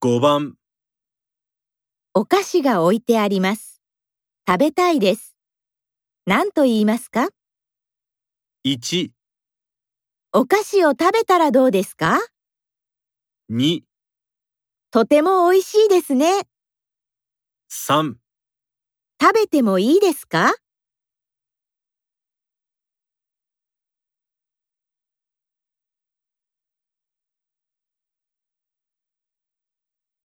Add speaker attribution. Speaker 1: 5番、
Speaker 2: お菓子が置いてあります。食べたいです。何と言いますか
Speaker 1: 1、
Speaker 2: お菓子を食べたらどうですか
Speaker 1: 2、
Speaker 2: とても美味しいですね。
Speaker 1: 3。
Speaker 2: 食べてもいいですか